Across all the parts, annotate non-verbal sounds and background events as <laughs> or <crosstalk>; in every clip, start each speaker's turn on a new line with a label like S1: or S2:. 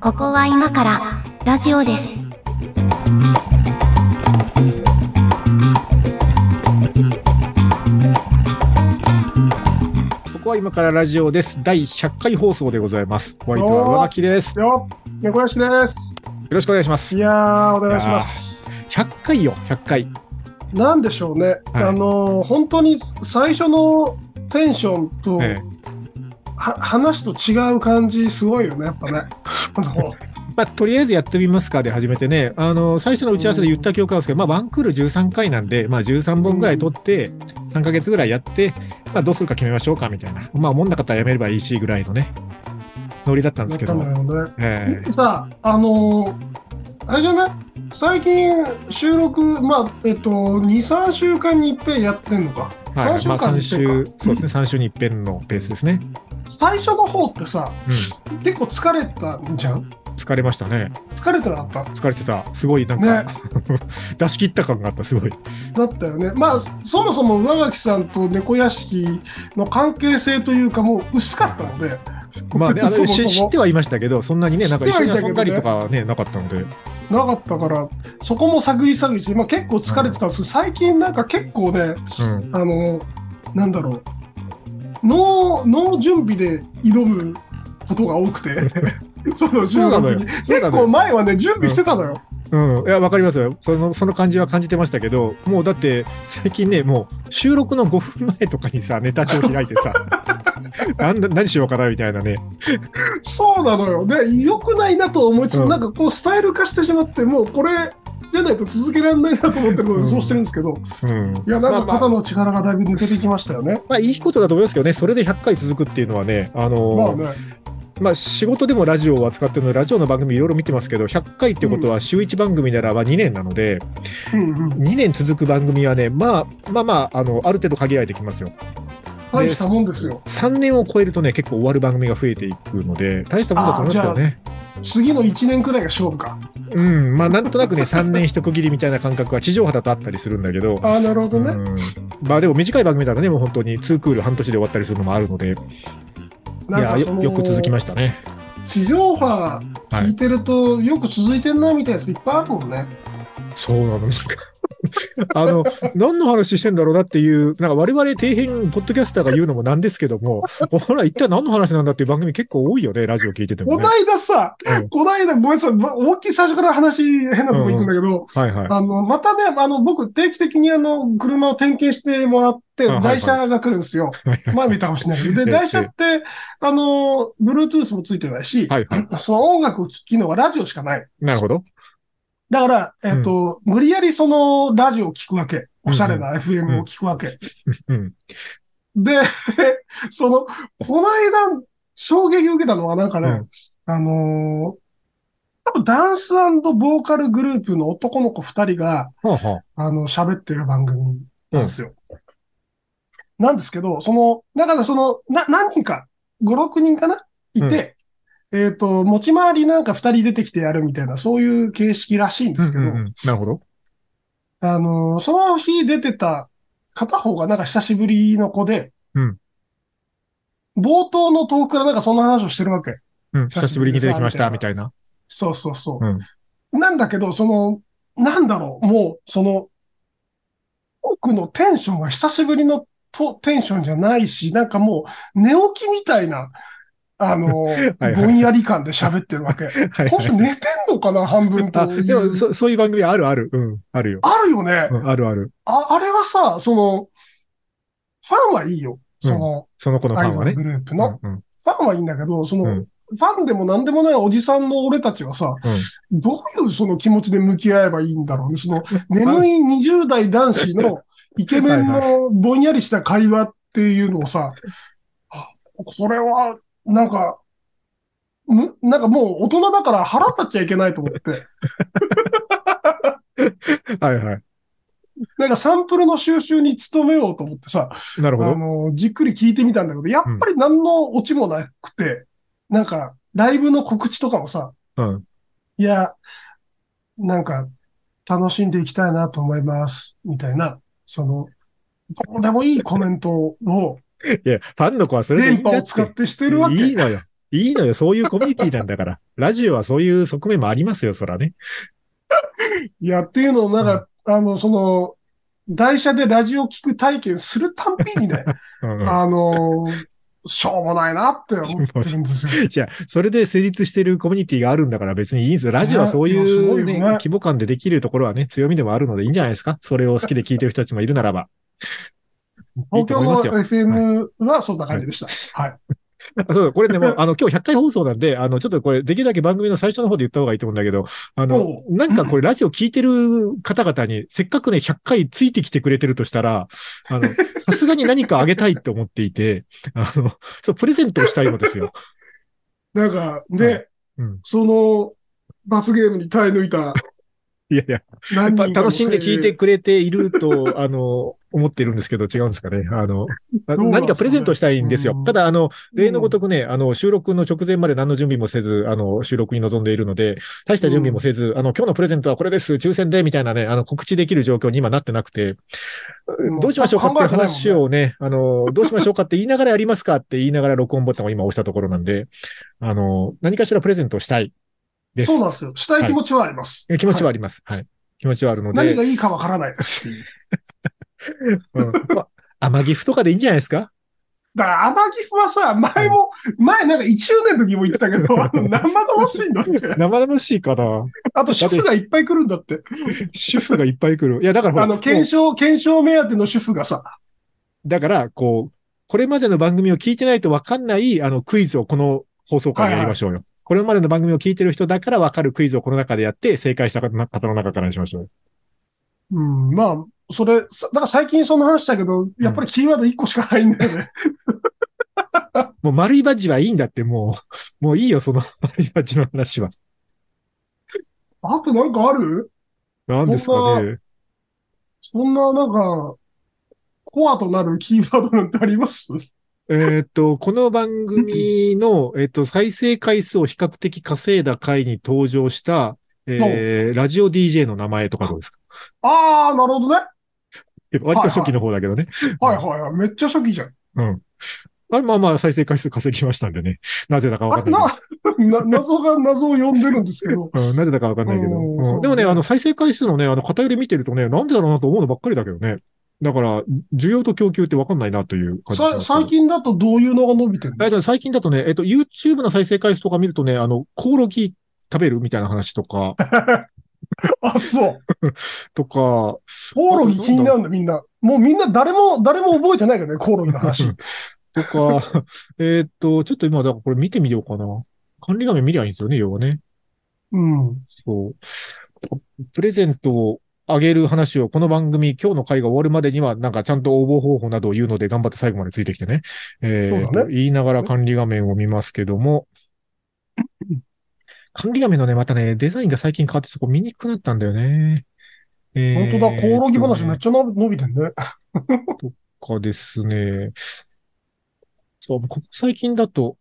S1: 報は今からラジオです。
S2: ここは今からラジオです。第100回放送でございます。ホワイトは上書きです。よ
S3: よ猫屋敷です。
S2: ろしくお願いします
S3: い。やー、お願いします。
S2: 100回よ、100回。
S3: なんでしょうね、
S2: はい
S3: あのー、本当に最初のテンションと、
S2: ええ
S3: は話と違う感じ、すごいよね、やっぱね。あの
S2: まあ、とりあえずやってみますかで始めてね、あの、最初の打ち合わせで言った記憶あるんですけど、まあ、ワンクール13回なんで、まあ、13本ぐらい取って、3ヶ月ぐらいやって、まあ、どうするか決めましょうか、みたいな。まあ、思んなかったらやめればいいし、ぐらいのね、ノリだったんで
S3: や
S2: す
S3: っ
S2: け
S3: たんだ
S2: ど。
S3: けどね。
S2: ええ
S3: さあ、あのー、あれじゃない最近収録、まあ、えっと、2、3週間に一遍やってんのか。
S2: は
S3: 3
S2: い、
S3: 週
S2: まあ、
S3: 間
S2: 3
S3: に一遍
S2: 週
S3: か。、
S2: そうですね、3週に一遍のペースですね。
S3: 最初の方ってさ、
S2: う
S3: 結構疲れたんじゃん
S2: ん。疲れましたね。
S3: 疲れてなかった
S2: 疲れてた。すごい、なんか、
S3: ね。
S2: 出し切った感があった、すごい。
S3: だったよね。まあ、そもそも上垣さんと猫屋敷の関係性というか、もう薄かったので、
S2: まあね、あ
S3: <laughs> そ
S2: の
S3: もそ
S2: し知
S3: も
S2: ってはいましたけど、そんなにね、なんか一緒に
S3: 知っては
S2: 遊
S3: いたけどね
S2: んだりとかはね、なかったので、
S3: なかったから、そこも探り探りして、まあ結構疲れてたんですけど、最近なんか結構ね、
S2: うん、
S3: あの、なんだろう、脳、脳準備で挑むことが多くて、
S2: <laughs>
S3: <laughs> その
S2: そうなのよ
S3: 16に。
S2: そうな
S3: 結
S2: のよ
S3: 構前はね、準備してたのよ。
S2: うん、いや、わかりますよ。その、その感じは感じてましたけど、もうだって、最近ね、もう収録の5分前とかにさ、ネタ帳開いて
S3: <laughs>
S2: さ、なんだ何しようかなみたいなね。
S3: そうなのよ。で、良くないなと思いつつ、
S2: うん
S3: なんかこう、スタイル化してしまって、もうこれ、じゃないと続けられないなと思ってるの
S2: う
S3: で、
S2: ん
S3: そうしてるんですけど、
S2: うん。
S3: いや、
S2: ま
S3: な
S2: あ
S3: んか肩の力がだいぶ抜けてきましたよね。
S2: まあ、いいことだと思いますけどね、それで100回続くっていうのはね、あ
S3: ま
S2: の
S3: あ
S2: ー
S3: ね、
S2: まあ、仕事でもラジオを扱ってるので、ラジオの番組いろいろ見てますけど、100回ってことは週1番組ならば2年なので、
S3: うんうん、
S2: 2年続く番組はね、まあ、まあまあ、あの、ある程度限られてきますよ。
S3: 大したもんですよ。
S2: 3年を超えるとね、結構終わる番組が増えていくので、大したもんだと思いますけどね。
S3: 次の1年くらいが勝負か。
S2: うん、まあなんとなくね、3年一区切りみたいな感覚は地上波だとあったりするんだけど、
S3: ああ、なるほど
S2: う
S3: ね。
S2: んまあでも短い番組だとね、もう本当に2クール半年で終わったりするのもあるので、い
S3: なん
S2: や
S3: かそ
S2: よ、
S3: の
S2: よく続きましたね。
S3: 地上波聞いてると、よく続いてんなみたいなやついっぱいあるもんね。
S2: そうなのですか。あの、何の話してんだろうなっていう、なんか我々底辺ポッドキャスターが言うのもなんですけども、ほら、一体何の話なんだっていう番組結構多いよね、ラジオ聞いてても
S3: こ
S2: ね
S3: な。いださ
S2: うん、
S3: こないだ、ごめんなさい、ま思いっきり最初から話変なとこ行くんだけど、
S2: はいはい。
S3: あの、またね、あの、僕、定期的にあの、車を点検してもらっ
S2: あ
S3: て、
S2: はいはい
S3: 台車が来るんですよ。
S2: はい <laughs> はい
S3: 前見たかもしれないけど。
S2: ええ
S3: で、台車って、あの、Bluetooth もついてないし、
S2: はいはい
S3: その音楽を聴きのはラジオしかない。
S2: なるほど。
S3: だから、えっ、と、無理やりそのラジオを聴くわけ。おしゃれな FM を聴くわけ。
S2: うん。
S3: で、 <laughs> その、この間、衝撃を受けたのは、なんかね、
S2: うん
S3: あのー多分ダンスボーカルグループの男の子二人が、
S2: はあはあ
S3: あの、喋ってる番組なんですよ。なんですけど、その、だからその、な、何人か、5、6人かないて、えっ、と、持ち回りなんか2人出てきてやるみたいな、そういう形式らしいんですけど、
S2: うんうんうんなるほど。
S3: あの、その日出てた片方がなんか久しぶりの子で、
S2: うん
S3: 冒頭のトークからなんかそんな話をしてるわけ。
S2: うん、久しぶりに出てきました、みたいな。
S3: そうそうそう
S2: <laughs> うん。
S3: なんだけど、その、なんだろう、もう、その、僕のテンションが久しぶりのとテンションじゃないし、なんかもう、寝起きみたいな、あの、
S2: <laughs> はい
S3: ぼんやり感で喋ってるわけ。
S2: <laughs> はい
S3: この人寝てんのかな、半分
S2: あ、
S3: とい
S2: でも
S3: う。
S2: そ、そういう番組あるある。うん、あるよ。
S3: あるよね
S2: う。んあるある。
S3: あ、あれはさ、その、ファンはいいよ。その、
S2: その子のフ
S3: ア
S2: ァ
S3: イ
S2: ン
S3: ド
S2: は
S3: ル
S2: ね
S3: グ。ループ
S2: うん、う
S3: の。
S2: ん、うん。
S3: ファンはいいんだけど、その、
S2: うん
S3: ファンでも何でもないおじさんの俺たちはさ、どういうその気持ちで向き合えばいいんだろうね。そ
S2: <laughs>
S3: の、眠い20代男子のイケメンのぼんやりした会話っていうのをさ、あこれは、なんか、む、なんかもう大人だから腹立っちゃいけないと思って、 <laughs>
S2: はいはい。
S3: なんかサンプルの収集に努めようと思ってさ、
S2: なるほ
S3: あ
S2: ど。
S3: の、じっくり聞いてみたんだけど、やっぱり何のオチもなくて、なんか、ライブの告知とかもさ、
S2: うん。
S3: いや、なんか、楽しんでいきたいなと思います、みたいな、その、どうでもいいコメントを、
S2: いや、ファンの子はそれでいいん
S3: 電
S2: だっ
S3: 波を
S2: て
S3: 使ってしてるわけ。
S2: いいのよ。いいのよ、そういうコミュニティなんだから。ラジオはそういう側面もありますよ、そらね。
S3: いや、っていうのを、なんか、あの、その、台車でラジオ聞く体験するたんびにね、
S2: うん
S3: <laughs> あの、しょうもないなって思ってるんですよ。
S2: いや、それで成立してるコミュニティがあるんだから別にいいんですよ。ラジオはそういう、
S3: ねいやすごい
S2: ね、
S3: よね
S2: 規模感でできるところはね、強みでもあるのでいいんじゃないですか。それを好きで聞いてる人たちもいるならば。 <laughs> いいと思
S3: 東京
S2: い
S3: の
S2: ますよ。
S3: FM はそんな感じでした。はい。
S2: あそうこれね、もう、あの、今日100回放送なんで、あの、ちょっとこれ、できるだけ番組の最初の方で言った方がいいと思うんだけど、あの
S3: お、う
S2: なんかこれ、ラジオ聞いてる方々に、せっかくね、100回ついてきてくれてるとしたら、あ
S3: <laughs>
S2: の、さすがに何かあげたいって思っていて、あの、そう、プレゼントをしたいのですよ。
S3: なんか、で、
S2: うん
S3: その、罰ゲームに耐え抜いた
S2: いやいや、
S3: 何人かの
S2: 楽しんで聞いてくれている
S3: <laughs>
S2: と、あの、思ってるんですけど、違うんですかね。あの、あ
S3: どうなんですかね
S2: 何かプレゼントしたいんです
S3: う
S2: よ
S3: ん。
S2: ただ、あの、例のごとくね、あの、収録の直前まで何の準備もせず、あの、収録に臨んでいるので、大した準備もせず、あの、今日のプレゼントはこれです、抽選で、みたいなね、あの、告知できる状況に今なってなくて、
S3: ん
S2: どうしましょうかっていう話
S3: 考
S2: をね、あの、どうしましょうかって言いながらやりますかって言いながら録音ボタンを今押したところなんで、あの、何かしらプレゼントをしたい
S3: え
S2: で
S3: て
S2: す
S3: ないもんね。そう。なんですよ。したい気持ちはあります。
S2: 気持ちはあ
S3: い
S2: ります。はい。気持ちはあるので。
S3: 何がいいかわからないですっていう。
S2: うん <laughs> まあ、甘ギフとかでいいんじゃないですか
S3: だから、アマギフはさ、前も、前なんか1周年の時も言ってたけ
S2: <laughs>
S3: ど、あの、生々しいんだって。
S2: 生々しいかな
S3: あと、主婦がいっぱい来るんだって。
S2: 主婦がいっぱい来る。いや、だからほら
S3: あの、検証、検証目当ての主婦がさ、
S2: だから、こう、これまでの番組を聞いてないとわかんない、あの、クイズをこの放送回でやりましょうよ。これまでの番組を聞いてる人だからわかるクイズをこの中でやって、正解した方の中からにしましょうよ。
S3: うん、まあ、それ、さだから最近その話したけど、やっぱりキーワード1個しかないんだよね。
S2: もう丸いバッジはいいんだって、もう、もういいよ、その <laughs> 丸いバッジの話は。
S3: <laughs> あとなんかある
S2: なんですかね。
S3: そんな、なんか、コアとなるキーワードなんてあります <laughs>
S2: えーっと、この番組の、えーっと、再生回数を比較的稼いだ回に登場した、えー、ラジオ DJ の名前とかどうですか
S3: ああ、なるほどね。
S2: 割と初期の方だけどね。
S3: はいはいはい。めっちゃ初期じゃん。
S2: あれ、まあまあ再生回数稼ぎましたんでね。なぜだか
S3: あ
S2: わか
S3: れ
S2: んない
S3: な、な、 <laughs> 謎が謎を呼んでるんですけど。
S2: <laughs> けど。うん、なぜだかわかんないけど。
S3: うん
S2: うん
S3: そうね
S2: でもね、あの、再生回数のね、あの、偏り見てるとね、なんでだろうなと思うのばっかりだけどね。だから、需要と供給ってわかんないなという感じ
S3: さ最
S2: 近
S3: 近だとどういうのが伸びてるの
S2: えっと、最近だとね、えっと、YouTube の再生回数とか見るとね、あの、コオロギ食べるみたいな話とか、
S3: <laughs> あ、そう。
S2: とか、
S3: コオロギ気になるんだ、みんな。もうみんな誰も、誰も覚えてないけどね、コオロギ
S2: <laughs>
S3: の話。
S2: とか、 <laughs> えっと、ちょっと今、だからこれ見てみようかな。管理画面見りゃいいんですよね、要はね。
S3: うん。
S2: そう。プレゼントをあげる話を、この番組、今日の会が終わるまでには、なんかちゃんと応募方法などを言うので、頑張って最後までついてきてね。え
S3: そうだ
S2: ー
S3: ね
S2: と、言いながら管理画面を見ますけども、管理画面のね、またね、デザインが最近変わって、そこ見にくくなったんだよね。え
S3: 本当だ、コオロギ話めっ
S2: ち
S3: ちゃ伸び伸びてんね。
S2: ゃ。ですね。そう、ここ最近だと、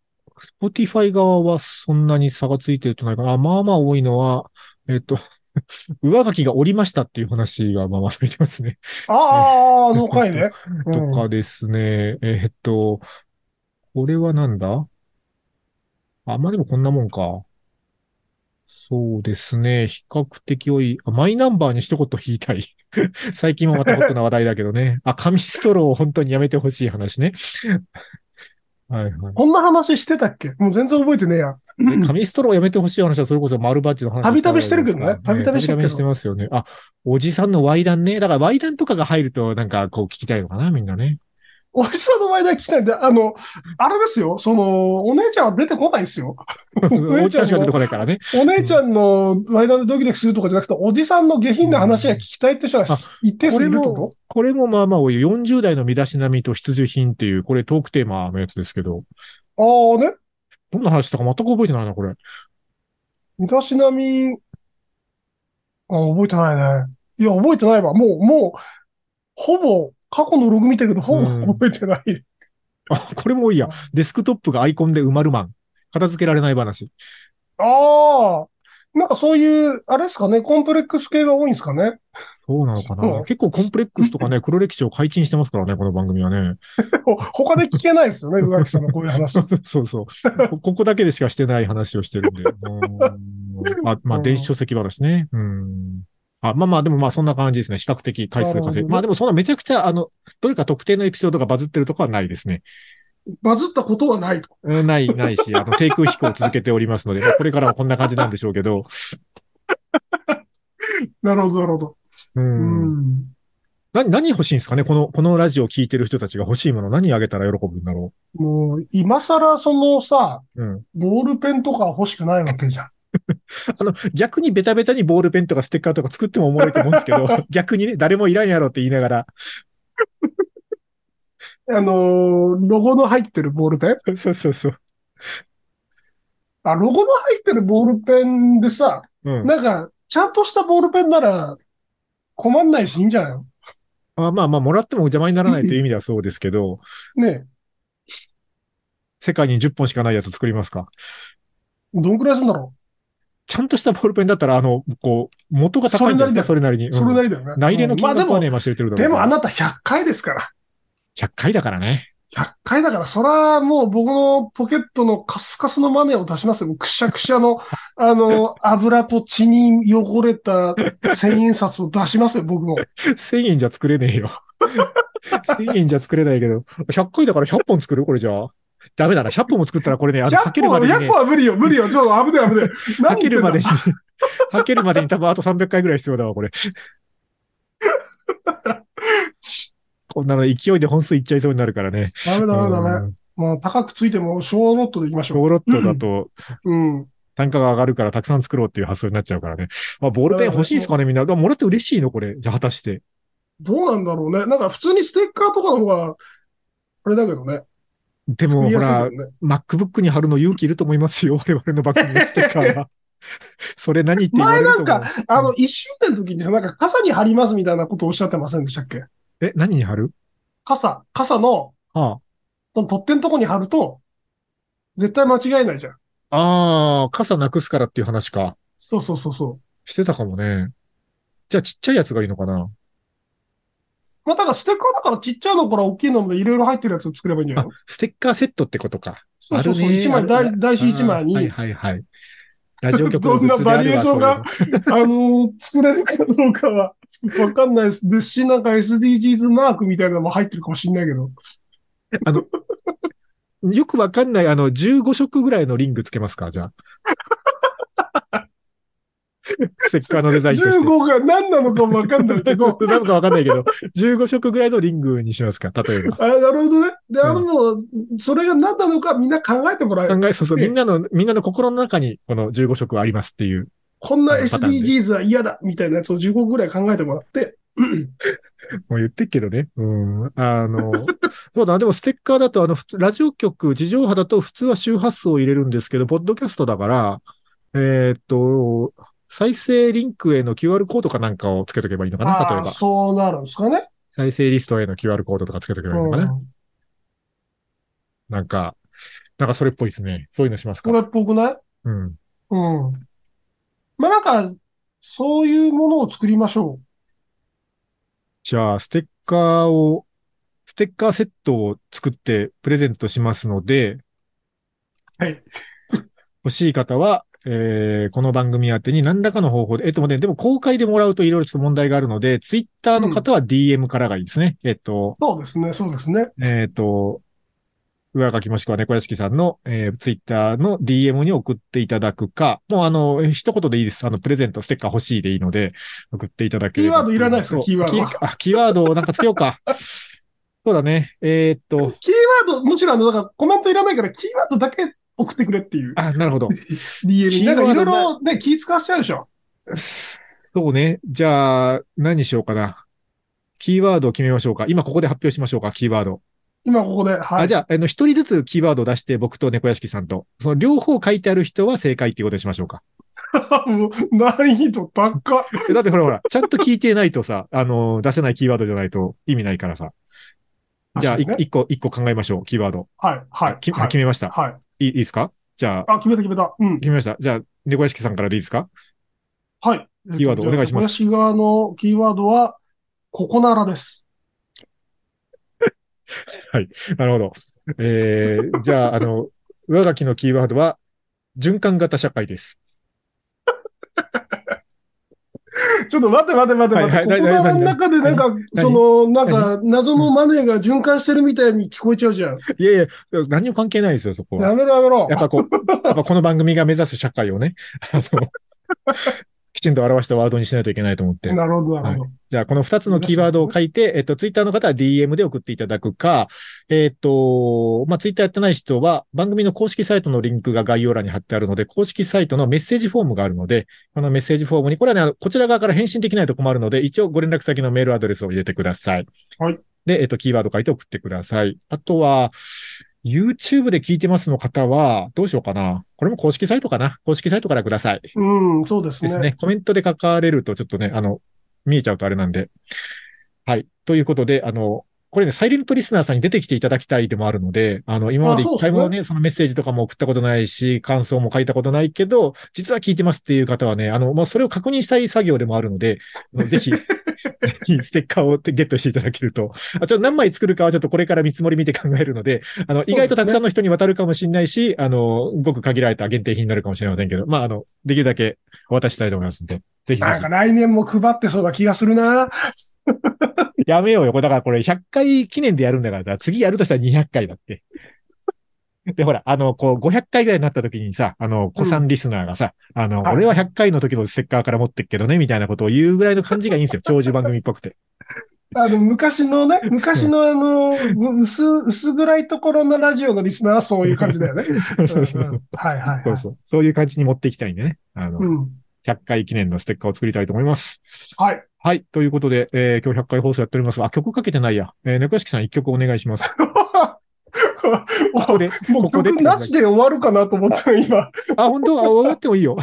S2: Spotify 側はそんなに差がついてるとないかな。あまあまあ多いのは、えっと、 <laughs> 上書きが折りましたっていう話がまあまあ続いてますね。
S3: ああ、あの回ね。
S2: <laughs> とかですね。えっと、これはなんだあ、まあでもこんなもんか。そうですね。比較的多い。あマイナンバーに一言言いたい。 <laughs> 最近もまたホットな話題だけどね。あ、紙ストローを本当にやめてほしい話ね。はいはい。
S3: こんな話してたっけもう全然覚えてねえや。
S2: ね紙ストローをやめてほしい話は、それこそ丸バッジの話。
S3: たびたびしてるけどねたびたびしてるけど
S2: してますよね。あ、おじさんのワイダンね。だからワイダンとかが入ると、なんかこう聞きたいのかな、みんな
S3: <laughs>
S2: ね。
S3: おじさんの前だけ聞きたいんで、あの、あれですよ、その、お姉ちゃんは出てこないですよ。
S2: おじさんしか出てこないからね。
S3: お姉ちゃんの前談でドキドキするとかじゃなくて、おじさんの下品な話が聞きたいって人が
S2: あ
S3: 一定数
S2: こ
S3: いる
S2: れ
S3: ってこ
S2: も
S3: と、
S2: これもまあまあ多い。40代の身だしなみと必需品っていう、これトークテーマのやつですけど、
S3: ああね、
S2: どんな話したか全く覚えてないな、これ。
S3: 身だしなみ、あ覚えてないね。いや、覚えてないわ。もう、もう、ほぼ、過去のログ見たけど、ほぼ
S2: うん
S3: 覚えてない。
S2: あ、これも多いや。デスクトップがアイコンで埋まるマン。片付けられない話。
S3: ああ、なんかそういう、あれですかね、コンプレックス系が多いんですかね。
S2: そうなのか
S3: そう
S2: な。結構コンプレックスとか <laughs> ね、黒歴史を解禁してますからね、この番組はね。 <laughs>
S3: ほ他で聞けないですよね、宇垣さんのこういう話。
S2: そうそう。こここだけでしかしてない話をしてるん <laughs> で。うーんあまあ、電子書籍話ね。うん。あまあまあ、でもまあそんな感じですね。比較的回数
S3: なる
S2: 稼
S3: ほど
S2: い。
S3: ね
S2: まあでもそんなめちゃくちゃ、あの、どれか特定のエピソードがバズってるとかはないですね。
S3: バズったことはないと。
S2: うんない、ないし、
S3: <laughs>
S2: あの、低空飛行を続けておりますので、まあこれからもこんな感じなんでしょうけど。
S3: なるほど、なるほど。
S2: う。
S3: うんん。
S2: な、何欲しいんですかねこの、このラジオを聞いてる人たちが欲しいもの何あげたら喜ぶんだろ
S3: もう、今更そのさ、
S2: ううん。
S3: ボールペンとか欲しくないわけじゃん。
S2: あの、逆にベタベタにボールペンとかステッカーとか作ってもおもろいと思うんですけ
S3: <laughs>
S2: ど、逆にね、誰もいらんやろって言いながら。
S3: あのーロゴの入ってるボールペン
S2: そうそうそうそう。
S3: あ、ロゴの入ってるボールペンでさ、
S2: うん。
S3: なんか、ちゃんとしたボールペンなら、困んないし、いいんじゃないの
S2: あまあまあ、もらっても邪魔にならないという意味ではそうですけど、
S3: ねえ。
S2: 世界に10本しかないやつ作りますか。
S3: どんくらいするんだろ
S2: ちゃんとしたボールペンだったら、あの、こう、元が高いんじゃないですか、それなりに。
S3: うそれな
S2: り
S3: りだよね。
S2: 内入れの金額は
S3: うんまあで
S2: ね、今知れてるだろ
S3: も、
S2: う
S3: で
S2: けど
S3: もあなた100回ですから。
S2: 100回だからね。
S3: 100回だから、そらもう僕のポケットのカスカスのマネーを出しますよ。くしゃくしゃの、あの、油と血に汚れた千円札を出しますよ、僕も。
S2: 1000円じゃ作れねえよ。1000円じゃ作れないけど、100回だから100本作るこれじゃあ。ダメだな、100本も作ったらこれね、あの、か
S3: 100
S2: ける
S3: 個は、
S2: までに
S3: 100
S2: ね
S3: 個、は無理よ、無理よ。ちょっと危ない危ない。
S2: か
S3: 何言
S2: け
S3: って
S2: る
S3: んだ
S2: までに、 <laughs> かけるまでに多分あと300回ぐらい必要だわ、これ。こんなの勢いで本数いっちゃいそうになるからね。
S3: ダメダメダメ。
S2: うん
S3: まあ、高くついても小ロットでいきましょ
S2: 小ロットだと
S3: う。うん。
S2: 単価が上がるからたくさん作ろうっていう発想になっちゃうからね。まあ、ボールペン欲しいですかね、みんな。でももらって嬉しいのこれ。じゃあ果たして。
S3: どうなんだろうね。なんか普通にステッカーとかの方が、あれだけどね。
S2: で
S3: 作
S2: も、
S3: り
S2: ほ
S3: やすい
S2: ら
S3: よ、ね。
S2: MacBook に貼るの勇気いると思いますよ。 <laughs> 我々の番組のステッカ
S3: <laughs>
S2: ーが。それ何って言われると思う
S3: 前なんあの、一周年の時にさ、なんか傘に貼りますみたいなことをおっしゃってませんでしたっけ
S2: え、何に貼る
S3: 傘、傘の、
S2: あ
S3: その取っ手のとこに貼ると、絶対間違えないじゃん。
S2: あ。ああ、傘なくすからっていう話か。
S3: そうそうそうそう。
S2: してたかもね。じゃあちっちゃいやつがいいのかな
S3: まあ、だからステッカーだからちっちゃいのから大きいのまでいろいろ入ってるやつを作ればいいんじゃないの
S2: ステッカーセットってことか。
S3: そうそうそ
S2: あ
S3: う。
S2: るね
S3: 一枚、
S2: ある
S3: 台台紙一枚に、
S2: はい
S3: あ
S2: はいはい。ラジオ局のグッズで
S3: どんな
S2: あ
S3: バリエ
S2: れ
S3: ー
S2: ば
S3: ションがのー作れるかどうかは、わかんないです。ですし、なんか SDGs マークみたいなのも入ってるかもしんないけど。
S2: そういうのよくわかんない、あの、15色ぐらいのリングつけますかじゃ
S3: <laughs>
S2: あ。ステッカーのデザインとして。
S3: 15が何なのかもわかんな
S2: <laughs>
S3: いけ <laughs> ど、
S2: なんかわかんないけど、15色ぐらいのリングにしますか例え
S3: <laughs>
S2: ば。
S3: あなるほどね。で、あの、
S2: うん
S3: もう、それが何なのかみんな考えてもらえる。
S2: 考え、そうそう、
S3: ええ
S2: みんなの、みんなの心の中に、この15色はありますっていう。
S3: こんな
S2: パターンで
S3: SDGs は嫌だみたいなやつを15ぐらい考えてもらって、
S2: もう言ってっけどね。うん。あの、 <laughs> そうだな、でもステッカーだと、あの、ふつラジオ局、地上波だと普通は周波数を入れるんですけど、ポッドキャストだから、えーっと、再生リンクへの QR コードかなんかをつけとけばいいのかな、例え
S3: ああ、
S2: ば。
S3: そうなるんですかね。
S2: 再生リストへの QR コードとかつけとけばいいのかな。
S3: うん
S2: なんか、なんかそれっぽいですね。そういうのします
S3: こ
S2: か。
S3: れっぽくない
S2: うん。
S3: うん。まあ、なんか、そういうものを作りましょ
S2: じゃあ、ステッカーを、ステッカーセットを作ってプレゼントしますので、
S3: はい。
S2: 欲しい方は、えー、この番組宛てに何らかの方法で、えっとね、でも公開でもらうといろいろちょっと問題があるので、ツイッターの方は DM からがいいですね。えっと
S3: う。、そうですね、そうですね。
S2: えっと、上書きもしくは猫屋敷さんの、えー、ツイッターの DM に送っていただくか、もうあの、えー一言でいいです。あの、プレゼント、ステッカー欲しいでいいので、送っていただければ
S3: キーワードいらないですか
S2: そう
S3: キーワード
S2: キあキーワードをなんかつけようか。 <laughs> そうだね。えーっと、
S3: キーワード、むしろあの、だからコメントいらないから、キーワードだけ送ってくれっていう。
S2: あ、なるほど。
S3: DM に。なんかい
S2: キーワ
S3: ろい
S2: ードな
S3: ろね、気使わしちゃうでしょ。
S2: そうね。じゃあ、何にしようかな。キーワードを決めましょうか。今ここで発表しましょうか、キーワード。
S3: 今ここで。は
S2: あ
S3: い。
S2: じゃあ、あの、一人ずつキーワードを出して、僕と猫屋敷さんと。その両方書いてある人は正解っていうことにしましょうか。
S3: <laughs> もう、難易度高っ。
S2: えだってほらほら、ちゃんと聞いてないとさ、あのー、出せないキーワードじゃないと意味ないからさ。じゃあ、
S3: そう
S2: い
S3: ね
S2: 一個、一個考えましょう、キーワード。
S3: はい、はい。
S2: き
S3: は
S2: 決
S3: い。
S2: めました。
S3: はい。
S2: いいいですかじゃあ、
S3: あ、決めた決めた。うん。
S2: 決めました。じゃあ、猫屋敷さんからでいいですか <laughs>
S3: はい。
S2: キーワードお願いします
S3: 私側のキーワードは、ここならです。
S2: なるほど。えー、じゃあ、あの、我が木のキーワードは、循環型社会です。
S3: ちょっと待って待って待って待って。
S2: はい
S3: ここ
S2: はい
S3: ならの中でなんか、
S2: 何
S3: その、なんか、謎のマネーが循環してるみたいに聞こえちゃうじゃん。
S2: いやいや、何も関係ないですよ、そこ
S3: や
S2: は。
S3: めろやめろ
S2: や。っぱこう、やっぱこの番組が目指す社会をね、あの、きちんと表したワードにしないといけないと思って。
S3: なるほど、なるほど。
S2: じゃあ、この2つのキーワードを書いて、えっと、ツイッターの方は DM で送っていただくか、えっと、まあ、ツイッターやってない人は、番組の公式サイトのリンクが概要欄に貼ってあるので、公式サイトのメッセージフォームがあるので、このメッセージフォームに、これはねあの、こちら側から返信できないと困るので、一応ご連絡先のメールアドレスを入れてください。
S3: はい。
S2: で、えっと、キーワード書いて送ってください。あとは、YouTube で聞いてますの方は、どうしようかな。これも公式サイトかな。公式サイトからください。
S3: うん、そうです
S2: です
S3: ね。
S2: ね。コメントで書かれるとちょっとね、あの、見えちゃうとあれなんで。はい。ということで、あの、これね、サイレントリスナーさんに出てきていただきたいでもあるので、あの、今まで
S3: あそう
S2: 一
S3: ですね
S2: 回もね、そのメッセージとかも送ったことないし、感想も書いたことないけど、実は聞いてますっていう方はね、あの、まあ、それを確認したい作業でもあるので、あのぜ
S3: <laughs>
S2: ひ、ぜひステッカーをゲットしていただけると。あ、ちょっと何枚作るかはちょっとこれから見積もり見て考えるので、あの、
S3: そうですね
S2: 意外とたくさんの人に渡るかもしれないし、あの、ごく限られた限定品になるかもしれませんけど、まあ、あの、できるだけお渡ししたいと思いますんで、ぜひぜ
S3: なんか来年も配ってそうな気がするな。
S2: ひ。やめようよ。これだからこれ100回記念でやるんだからさ、次やるとしたら200回だって。 <laughs> で、ほら、あの、こう、500回ぐらいになった時にさ、あの、子さんリスナーがさ、あの、
S3: はい
S2: 俺は100回の時のステッカーから持ってっけどね、みたいなことを言うぐらいの感じがいいんです
S3: <laughs>
S2: よ。長寿番組っぽくて。
S3: あの、昔
S2: <laughs>
S3: のね、昔のあの、う薄、薄暗いところのラジオのリスナーはそういう感じだ
S2: <laughs>
S3: よね。
S2: そうそうそう
S3: うんうんはいはい
S2: そう
S3: はい。
S2: そう。そういう感じに持っていきたいんでね。あの、
S3: うん。
S2: 100回記念のステッカーを作りたいと思います。
S3: はい。
S2: はい。ということで、えー今日100回放送やっておりますが、あ、曲かけてないや。えー、猫屋敷さん1曲お願いします。ここで、
S3: <laughs> もう
S2: ここで
S3: 曲なしで終わるかなと思った今。
S2: あ、本当あ、終わってもいい
S3: <laughs>
S2: よ。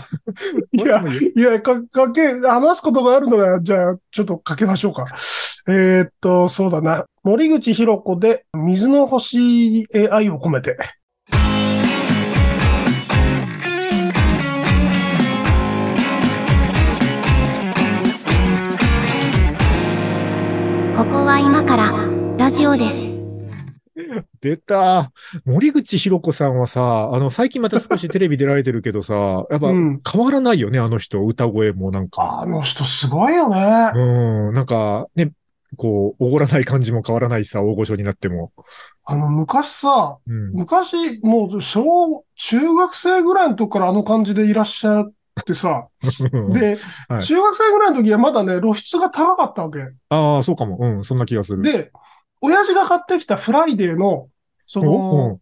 S3: いや、いや、か、かけ、話すことがあるのら、じゃあ、ちょっとかけましょうか。えーっと、そうだな。森口博子で、水の星へ愛を込めて。
S1: ここは今からラジオです。
S2: 出た。森口博子さんはさ、あの、最近また少しテレビ出られてるけどさ、やっぱ
S3: うん。
S2: 変わらないよね、あの人。歌声もなんか。
S3: あの人すごいよね。
S2: うん、なんか、ね、こう、おごらない感じも変わらないしさ、大御所になっても。
S3: あの、昔さ、
S2: うん。
S3: 昔、もう、小、中学生ぐらいの時からあの感じでいらっしゃってさ、 <laughs> で、
S2: はい
S3: 中学生ぐらいの時はまだね、露出が高かったわけ。
S2: <laughs> ああ、そうかも。うん、そんな気がする。
S3: で、親父が買ってきたフライデーの、そ
S2: お、う
S3: の、
S2: ん、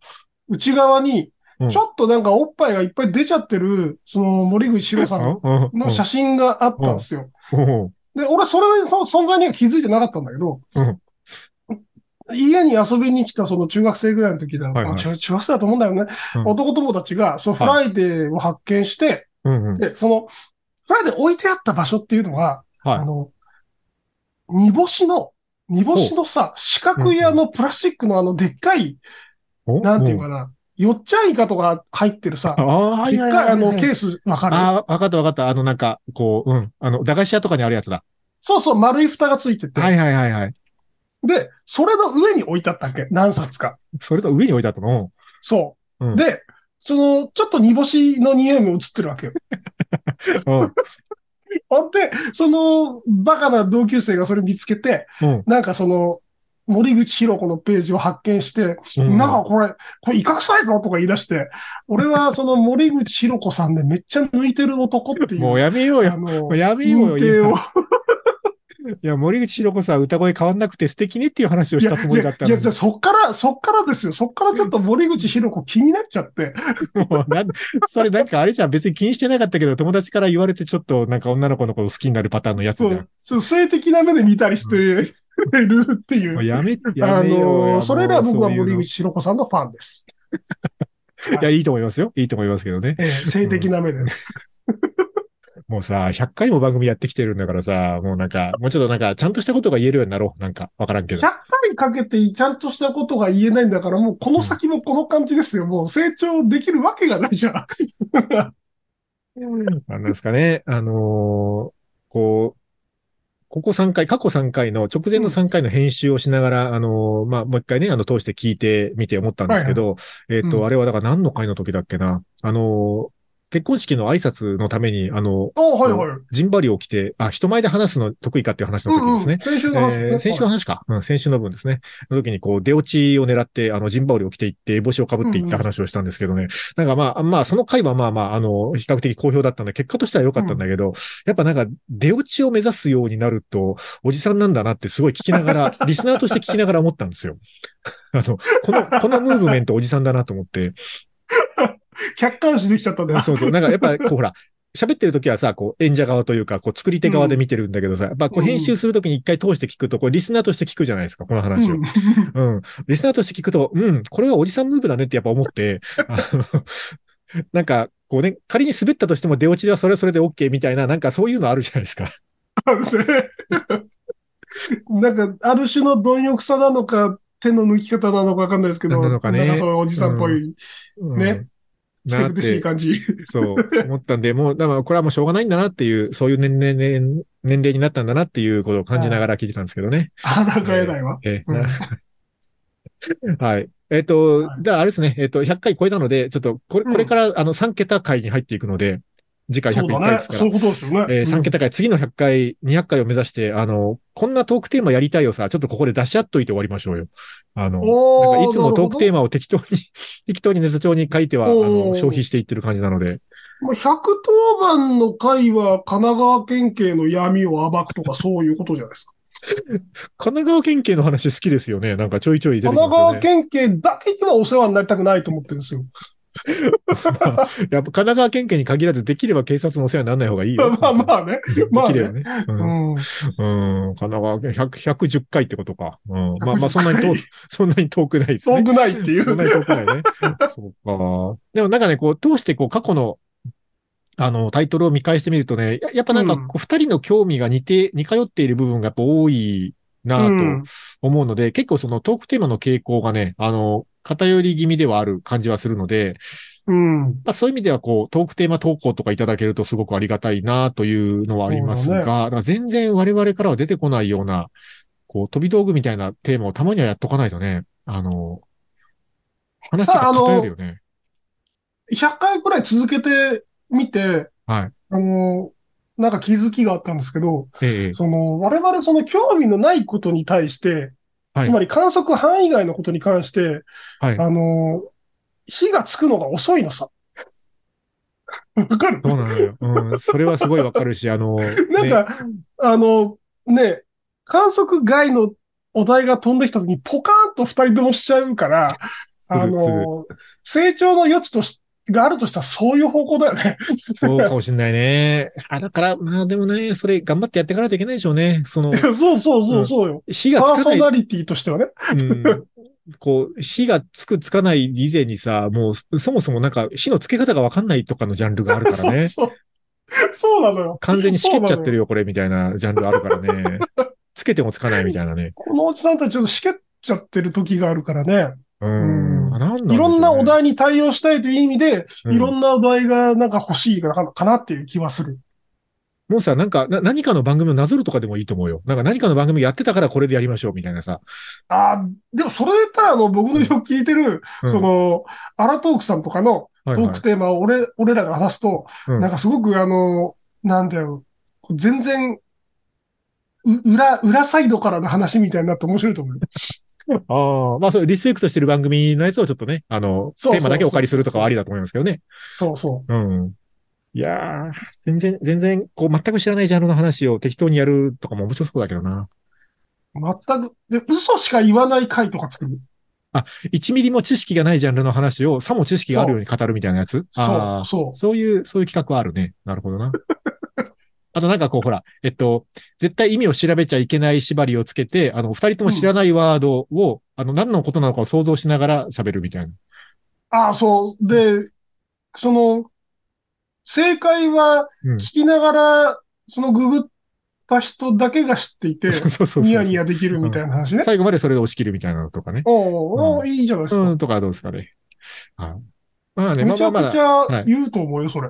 S3: 内側に
S2: うん、
S3: ちょっとなんかおっぱいがいっぱい出ちゃってる、その森口志郎さん
S2: うん、うん
S3: の写真があったんですよ。
S2: うん
S3: で、俺それその存在には気づいてなかったんだけど、
S2: うん
S3: 家に遊びに来たその中学生ぐらいの時だ、
S2: はいはい
S3: 中中学生だと思うんだよね。
S2: うん
S3: 男友達がそのフライデーを発見して、
S2: うん、うん。
S3: で、そのフライデー置いてあった場所っていうのが、
S2: はい
S3: あの、煮干しの、煮干しのさ、四角いあのプラスチックのあのでっかい、
S2: お
S3: なんていうかな、よっちゃんイカとか入ってるさ
S2: あ、あ、は
S3: で
S2: い
S3: っ
S2: はい
S3: かいあのケ
S2: ー
S3: ースわかる
S2: ああ、わかったわかった。あの、なんか、こう、うん。あの、駄菓子屋とかにあるやつだ。
S3: そうそう、丸い蓋がついてて。
S2: はいはいはいはい。
S3: で、それの上に置いてあったわけ。何冊か。
S2: それの上に置いてあったの。
S3: そう。
S2: うん
S3: で、その、ちょっと煮干しの匂いも映ってる
S2: <laughs>
S3: わけよ。
S2: うん。
S3: ほんで、その、バカな同級生がそれ見つけて、
S2: うん
S3: なんかその、森口博子のページを発見して、
S2: うん。
S3: なんかこれ、これ威嚇臭いぞとか言い出して、俺はその <laughs> 森口博子さんでめっちゃ抜いてる男っていう。
S2: もうやめよう
S3: あ
S2: よ。
S3: の
S2: もう、やめよう
S3: 認定
S2: よ。
S3: を。
S2: いや、森口博子さん歌声変わんなくて素敵ねっていう話をしたつもりだった
S3: い
S2: の
S3: や、
S2: に
S3: いや、そっから、そっからですよ。そっからちょっと森口博子気になっちゃって。
S2: もうなんそれなんかあれじゃん。別に気にしてなかったけど、友達から言われてちょっとなんか女の子のこと好きになるパターンのやつじ
S3: そ
S2: ゃ
S3: う、そう性的な目で見たりしてるってい
S2: ん。も
S3: う。
S2: うやめ、や
S3: あ
S2: めようよ。
S3: の、それら僕は
S2: もうそういう
S3: 森
S2: の
S3: 口博子さんのファンです。
S2: いや、いいと思いますよ。いいと思いますけどね。
S3: えー性的な目で。
S2: もうさ、100回も番組やってきてるんだからさ、もうなんか、もうちょっとなんか、ちゃんとしたことが言えるようになろう。なんか、わからんけ
S3: 100
S2: ど。
S3: 回かけてちゃんとしたことが言えないんだから、もうこの先もこの感じですよ。もう成長できるわけがないじゃん。
S2: なんですかね。あのーこう、ここ3回、過去3回の、直前の3回の編集をしながら、あの、まあ、もう一回ね、あの、通して聞いてみて思ったんですけど、えっ
S3: う
S2: と、
S3: ん
S2: あれはだから何の回の時だっけな。あの、結婚式の挨拶のために、あの、
S3: あはいはい。
S2: ジンバリを着て、あ、人前で話すの得意かっていう話の時ですね。
S3: 先週の話、
S2: えー先週の話か。うん、先週の分ですね。の時に、こう、出落ちを狙って、あの、ジンバオリを着ていって、帽子をかぶっていった話をしたんですけどね。なんかまあ、まあ、その回はまあまあ、あの、比較的好評だったんで、結果としては良かったんだけど、やっぱなんか、出落ちを目指すようになると、おじさんなんだなってすごい聞きなが <laughs> ら、リスナーとして聞きながら思ったんですよ。あの、この、このムーブメントおじさんだなと思って。
S3: 客観視できちゃったんだよ。
S2: そうそう。なんかやっぱ、こうほら、喋ってる時はさ、こう演者側というか、こう作り手側で見てるんだけどさ、やっぱこう編集する時に一回通して聞くと、こうリスナーとして聞くじゃないですか、この話を。
S3: うん
S2: うん。リスナーとして聞くと、うん、これはおじさんムーブだねってやっぱ思って、あの <laughs> なんか、こうね、仮に滑ったとしても出落ちではそれはそれで OK みたいな、なんかそういうのあるじゃないですか。
S3: <laughs> なんか、ある種の貪欲さなのか、手の抜き方なのかわかんないですけど、
S2: なのかね
S3: んかそういうおじさんっぽい、
S2: うん
S3: ね。ふ
S2: な
S3: て
S2: っ
S3: くてしい
S2: て、
S3: 感じ。
S2: そう、思ったんで、もう、だからこれはもうしょうがないんだなっていう、そういう年齢、年年齢になったんだなっていうことを感じながら聞いてたんですけどね。
S3: 腹がえないわ。
S2: えー
S3: うん
S2: な <laughs> はい。えっ、と、
S3: はい
S2: じゃああれですね、えっ、と、100回超えたので、ちょっと、これ、
S3: うん
S2: これから、あの、3桁回に入っていくので、次回
S3: そう
S2: 101
S3: だ
S2: 回
S3: ね
S2: で。すから
S3: そうい。うことですよね。
S2: えー、3桁回、次の100回、200回を目指して、あの、こんなトークテーマやりたいをさ、ちょっとここで出し合っといて終わりましょうよ。あの、
S3: おー
S2: なんかいつもトークテーマを適当に、 <laughs> 適当にネタ帳に書いては、あの、
S3: おー
S2: 消費していってる感じなので。
S3: まあ、110番の回は神奈川県警の闇を暴くとかそういうことじゃないですか。
S2: 神奈川県警の話好きですよね。なんかちょいちょい出て
S3: 神
S2: きます
S3: 奈
S2: よ
S3: 川
S2: ね。
S3: 県警だけにはお世話になりたくないと思ってるん
S2: <laughs>
S3: ですよ。
S2: やっぱ神奈川県警に限らず、できれば警察のお世話にならない方がいいよ。
S3: <laughs> まあまあね。ま
S2: で
S3: あ
S2: き
S3: ね
S2: ればね。うんう
S3: うん。
S2: ん、神奈川県、100、110回ってことか。うん。まあまあ、
S3: 110
S2: そんなに
S3: <laughs>
S2: 遠く、そんなに遠くないですね
S3: 遠。くないってい
S2: そん
S3: う。
S2: なに遠くない
S3: <laughs>
S2: ね。そうか。でもなんかね、こう、通してこう、過去の、あの、タイトルを見返してみるとね、ややっぱなんか、こう、二人の興味が似て、似通っている部分がやっぱ多いなぁ
S3: うん
S2: と思うので、結構そのトークテーマの傾向がね、あの、偏り気味ではある感じはするので、
S3: うん。
S2: まあ、そういう意味では、こう、トークテーマ投稿とかいただけるとすごくありがたいなというのはありますが、
S3: そうだね
S2: だから全然我々からは出てこないような、こう、飛び道具みたいなテーマをたまにはやっとかないとね、あの、話が偏るよね。
S3: 100回くらい続けてみて、
S2: はい。
S3: あの、なんか気づきがあったんですけど、
S2: ええ
S3: その、我々その興味のないことに対して、
S2: はい
S3: つまり観測範囲外のことに関して、
S2: はい
S3: あの、火がつくのが遅いのさ。わかる
S2: そうなのよ。うん、それはすごいわかるし、あ <laughs> の、
S3: なん
S2: ね、
S3: か、あの、ね、観測外のお題が飛んできた時にポカーンと二人ともしちゃ
S2: <laughs>
S3: うから、
S2: する
S3: あの、成長の余地とし、があるとしたらそういう方向だよね。
S2: そうかもしんないね。あ、だから、まあでもね、それ頑張ってやっていかないといけないでしょうね。その、
S3: <laughs> そうそうそうそうよ。
S2: 火
S3: パ
S2: が
S3: ー
S2: つかな
S3: ソ
S2: い
S3: ナリティとしてはね。
S2: うんこう、火がつくつかない以前にさ、もうそそもそもなんか火のつけ方がわかんないとかのジャンルがあるから
S3: そう
S2: ね。
S3: <laughs> そう。そうなのよ。
S2: 完全にしけっちゃって
S3: る。
S2: るよ、これ、みたいなジャンルあるから
S3: <laughs>
S2: ね。つけてもつかないみたいなね。
S3: このおじさんたちちょっとしけっちゃってる時があるからね。
S2: うん。
S3: うん
S2: あなんだ、
S3: いろんなお、題に対応したいという意味で、
S2: うん
S3: いろんなお題がなんか欲しいかなかなっていう気はする。
S2: もうさ、なんかな、何かの番組をなぞるとかでもいいと思うよ。なんか何かの番組やってたからこれでやりましょう、みたいなさ。
S3: ああ、でもそれで言ったら、あの、僕のよく聞いてる、
S2: うん
S3: そ、の、アラトークさんとかの
S2: は
S3: ト
S2: いはい
S3: ークテーマを俺、俺らが話すと、
S2: うん
S3: なんかすごくあの、なんだよ、こう全然、う裏、裏サイドからの話みたいになって面白い
S2: <laughs>
S3: と思うよ。
S2: ああ、まあそういうリスペクトしてる番組のやつをちょっとね、あの、
S3: そうそう
S2: テーマだけお借りするとかはありだと思いますけどね。
S3: そうそ
S2: うん。いやー、全然、全然、こう、全く知らないジャンルの話を適当にやるとかも面白そうだけどな。
S3: う。全く、で、嘘しか言わない回とか作る。
S2: 1ミリも知識がないジャンルの話を、さも知識があるように語るみたいなやつ
S3: そ
S2: あ
S3: う、
S2: ー
S3: そ
S2: そういう、そういう企画はあるね。なるほど
S3: <laughs>
S2: な。あとなんかこう、ほら、えっと、絶対意味を調べちゃいけない縛りをつけて、あの、二人とも知らないワードを、あの、何のことなのかを想像しながら喋るみたいな。
S3: う。ああ、そう。で、その、正解は
S2: うん。
S3: 聞きながら、そのググった人だけが知ってい
S2: <laughs>
S3: て、
S2: そうそうそう。
S3: ニヤニヤできるみたいな話ね。
S2: 最後までそれで押し切るみたいなのとかね。
S3: おうお
S2: う
S3: ういいじゃないです
S2: う
S3: か。
S2: ん、とかどうですかね。はいまあね、
S3: めちゃ
S2: まあまあま
S3: く
S2: あ
S3: ちゃ言うと思うよ、それ。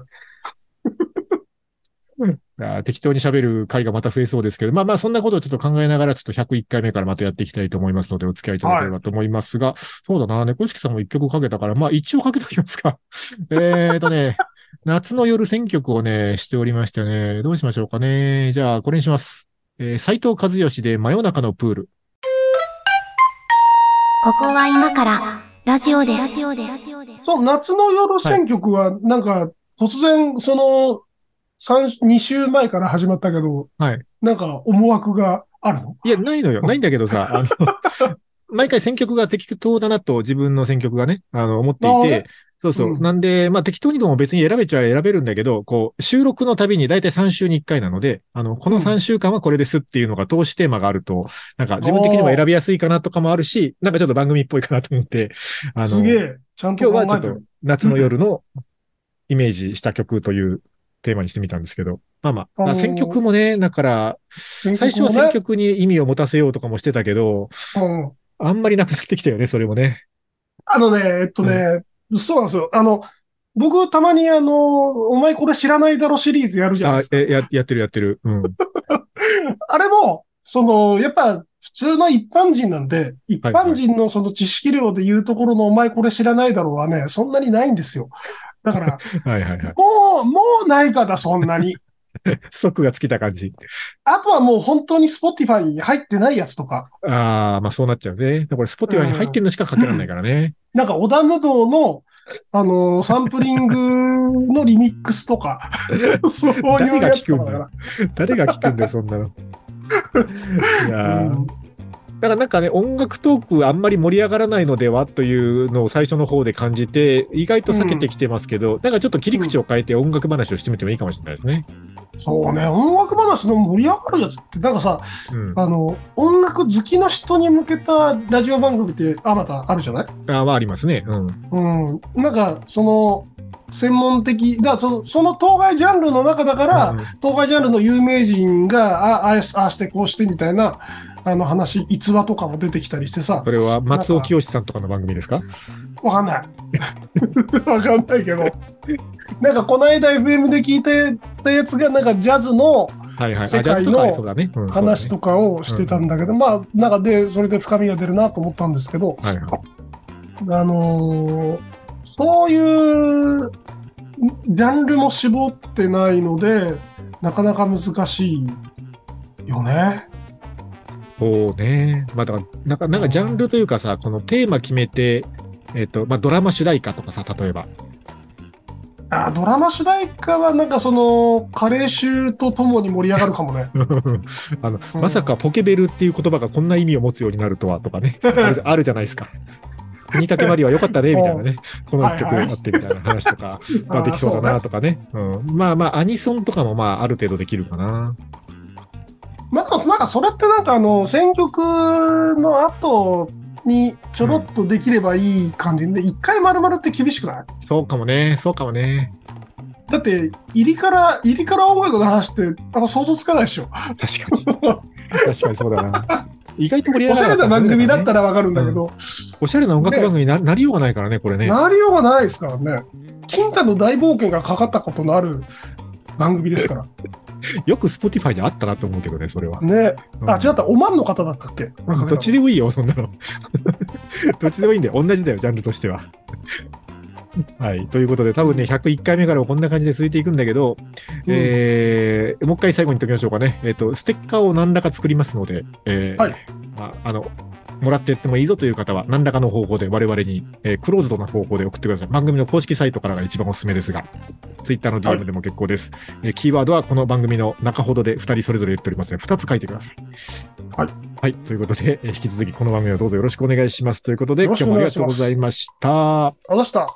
S2: あー適当に喋る回がまた増えそうですけど、まあまあそんなことをちょっと考えながら、ちょっと101回目からまたやっていきたいと思いますので、お付き合いいただければと思いますが、そうだな、猫式さんも一曲かけたから、まあ一応かけときますか。 <laughs> えーとね、夏の夜選曲をね、しておりましてね、どうしましょうかね。じゃあ、これにします。えー、斎藤和義で真夜中のプール。
S1: ここは今からラジオです。ラジオです。
S3: そう、夏の夜選曲は、なんか、突然、その、三2週前から始まったけど、
S2: はい
S3: なんか、思惑があるの
S2: いや、ないのよ。ないんだけどさ、あの、 <laughs> 毎回選曲が適当だなと自分の選曲がね、あの、思ってい
S3: なるほど
S2: て
S3: ね、
S2: そうそう。
S3: うん
S2: なんで、まあ適当にでも別に選べちゃ選べるんだけど、こう、収録のたびに大体3週に1回なので、あの、この
S3: うん
S2: 3週間はこれですっていうのが投資テーマがあると、なんか自分的にも選びやすいかなとかもあるし、なんかちょっと番組っぽいかなと思って、あの、
S3: すげえ、ちゃん
S2: 今
S3: と
S2: 日
S3: 考
S2: はちょ
S3: え
S2: ってと
S3: る。
S2: 夏の夜のイメージした曲というテーマにしてみたんですけど、まあまあ、
S3: あのー
S2: 選曲もね、だから、
S3: 最
S2: 最初は選曲に意味を持たせようとかもしてたけど、
S3: うん。
S2: あんまりなくなってきたよね、それもね。
S3: あのね、えっとね、そうなんですよ。あの、僕、たまにあの、お前これ知らないだろシリーズやるじゃない
S2: あ
S3: ですか。
S2: えややってるやってる。うん。
S3: あれも、その、やっぱ、普通の一般人なんで、一般人のその知識量で言うところのお前これ知らないだろうはね、そんなにないんですよ。だから、 <laughs>
S2: はいはいはい。
S3: もう、もうないからそんなに。 <laughs>
S2: 即がつきた感じ。
S3: あとはもう本当に Spotify に入ってないやつとか、
S2: ああ、まあそうなっちゃうね。これ、スポティファイに入ってるのしかかけられないから
S3: <laughs>
S2: ね。
S3: なんか、織田無道の、あの、サンプリングのリミックスとか、 <laughs> そういうやつとかだから。
S2: 誰が聞くんだよ、そんな
S3: <laughs>
S2: の。いやー
S3: うん
S2: だからなんかね、音楽トークあんまり盛り上がらないのではというのを最初の方で感じて、意外と避けてきてますけど、だからちょっと切り口を変えて音楽話をしてみてもいいかもしれないですね。
S3: そうね、音楽話の盛り上がるやつって、なんかさ、
S2: うん。あ
S3: あの、音楽好きの人に向けたラジオ番組ってあまたあるじゃない
S2: ーまあありますね。うん。
S3: うん。なんか、その、専門的、だからそのその当該ジャンルの中だから、
S2: うん
S3: 当該ジャンルの有名人が、あああしああしてこうしてみたいな、あの話、逸話とかも出てきたりしてさ
S2: そ、れは松尾清さんとかの番組ですか
S3: わかんない。 <laughs> わかんないけど。なんか、この間 FM で聞いたやつが、なんかジャズの、
S2: はいはい。あ
S3: 世界
S2: ジャズ
S3: の
S2: とかありそうだね。うん
S3: 話
S2: そう
S3: とかをしてたんだけど、まあ、なんかで、それで深みが出るなと思ったんですけど、
S2: だねはいはい。
S3: あのーそういうジャンルも絞ってないので、なかなか難しいよね。
S2: そうね。まあ、だから、なんか、なんかジャンルというかさ、このテーマ決めて、えっ、と、まあ、ドラマ主題歌とかさ、例えば。 <laughs>
S3: あードラマ主題歌はなんかその、加齢臭とともに盛り上がるかもね。 <laughs>
S2: あの、
S3: うん
S2: まさかポケベルっていう言葉がこんな意味を持つようになるとは、とかね。ある
S3: <laughs>
S2: じゃあるじゃないですか。国竹まりは良かったね、みたいなね。この一曲
S3: はいはい
S2: あってみたいな話とか、 <laughs> まあ
S3: ー
S2: できそうだ
S3: ね
S2: な、とかね。うん。まあまあ、アニソンとかもまあ、ある程度できるかな。
S3: まあ、でもなんかそれってなんかあの選曲の後にちょろっとできればいい感じで、一回丸々って厳しくない
S2: そうかもね、そうかもね。
S3: だって入りから入りから音楽の話ってあの想像つかないでしょ。
S2: 確
S3: <laughs>
S2: かに。確かにそうだな。意外と盛り上
S3: お
S2: が
S3: しゃ
S2: ら
S3: れ
S2: か
S3: な
S2: もし
S3: 番
S2: れい
S3: 組
S2: ね
S3: だったらわかるんだけど、
S2: おしゃれな音楽番組にな,、りようがないからね、これね。
S3: なりようがないですからね。金太の大冒険がかかったことのある番組ですから。
S2: よく Spotify であったなと思うけどね、それは。
S3: ね。
S2: うん
S3: あ、違った。オマンの方だったっけ俺かけたの
S2: どっちでもいいよ、そんなの。 <laughs> どっちでもいいんだよ。同じだよ、ジャンルとしては。はい。ということで、多分ね、101回目からはこんな感じで続いていくんだけど、えーもう一回最後にときましょうかね。えっ、と、ステッカーを何らか作りますので、えー
S3: はい
S2: まあ、あの、もらってやってもいいぞという方は、何らかの方法で我々に、えークローズドな方法で送ってください。番組の公式サイトからが一番おすすめですが、ツイッターの DM でも結構です。えーキーワードはこの番組の中ほどで2人それぞれ言っておりますので、2つ書いてください。
S3: はい。
S2: はい。ということで、えー引き続きこの番組をどうぞよろしくお願いします。ということで、
S3: よ
S2: 今
S3: ろし
S2: 日
S3: くお
S2: もあり
S3: 願い
S2: が
S3: し
S2: とう
S3: ます
S2: ございました。
S3: あどうした。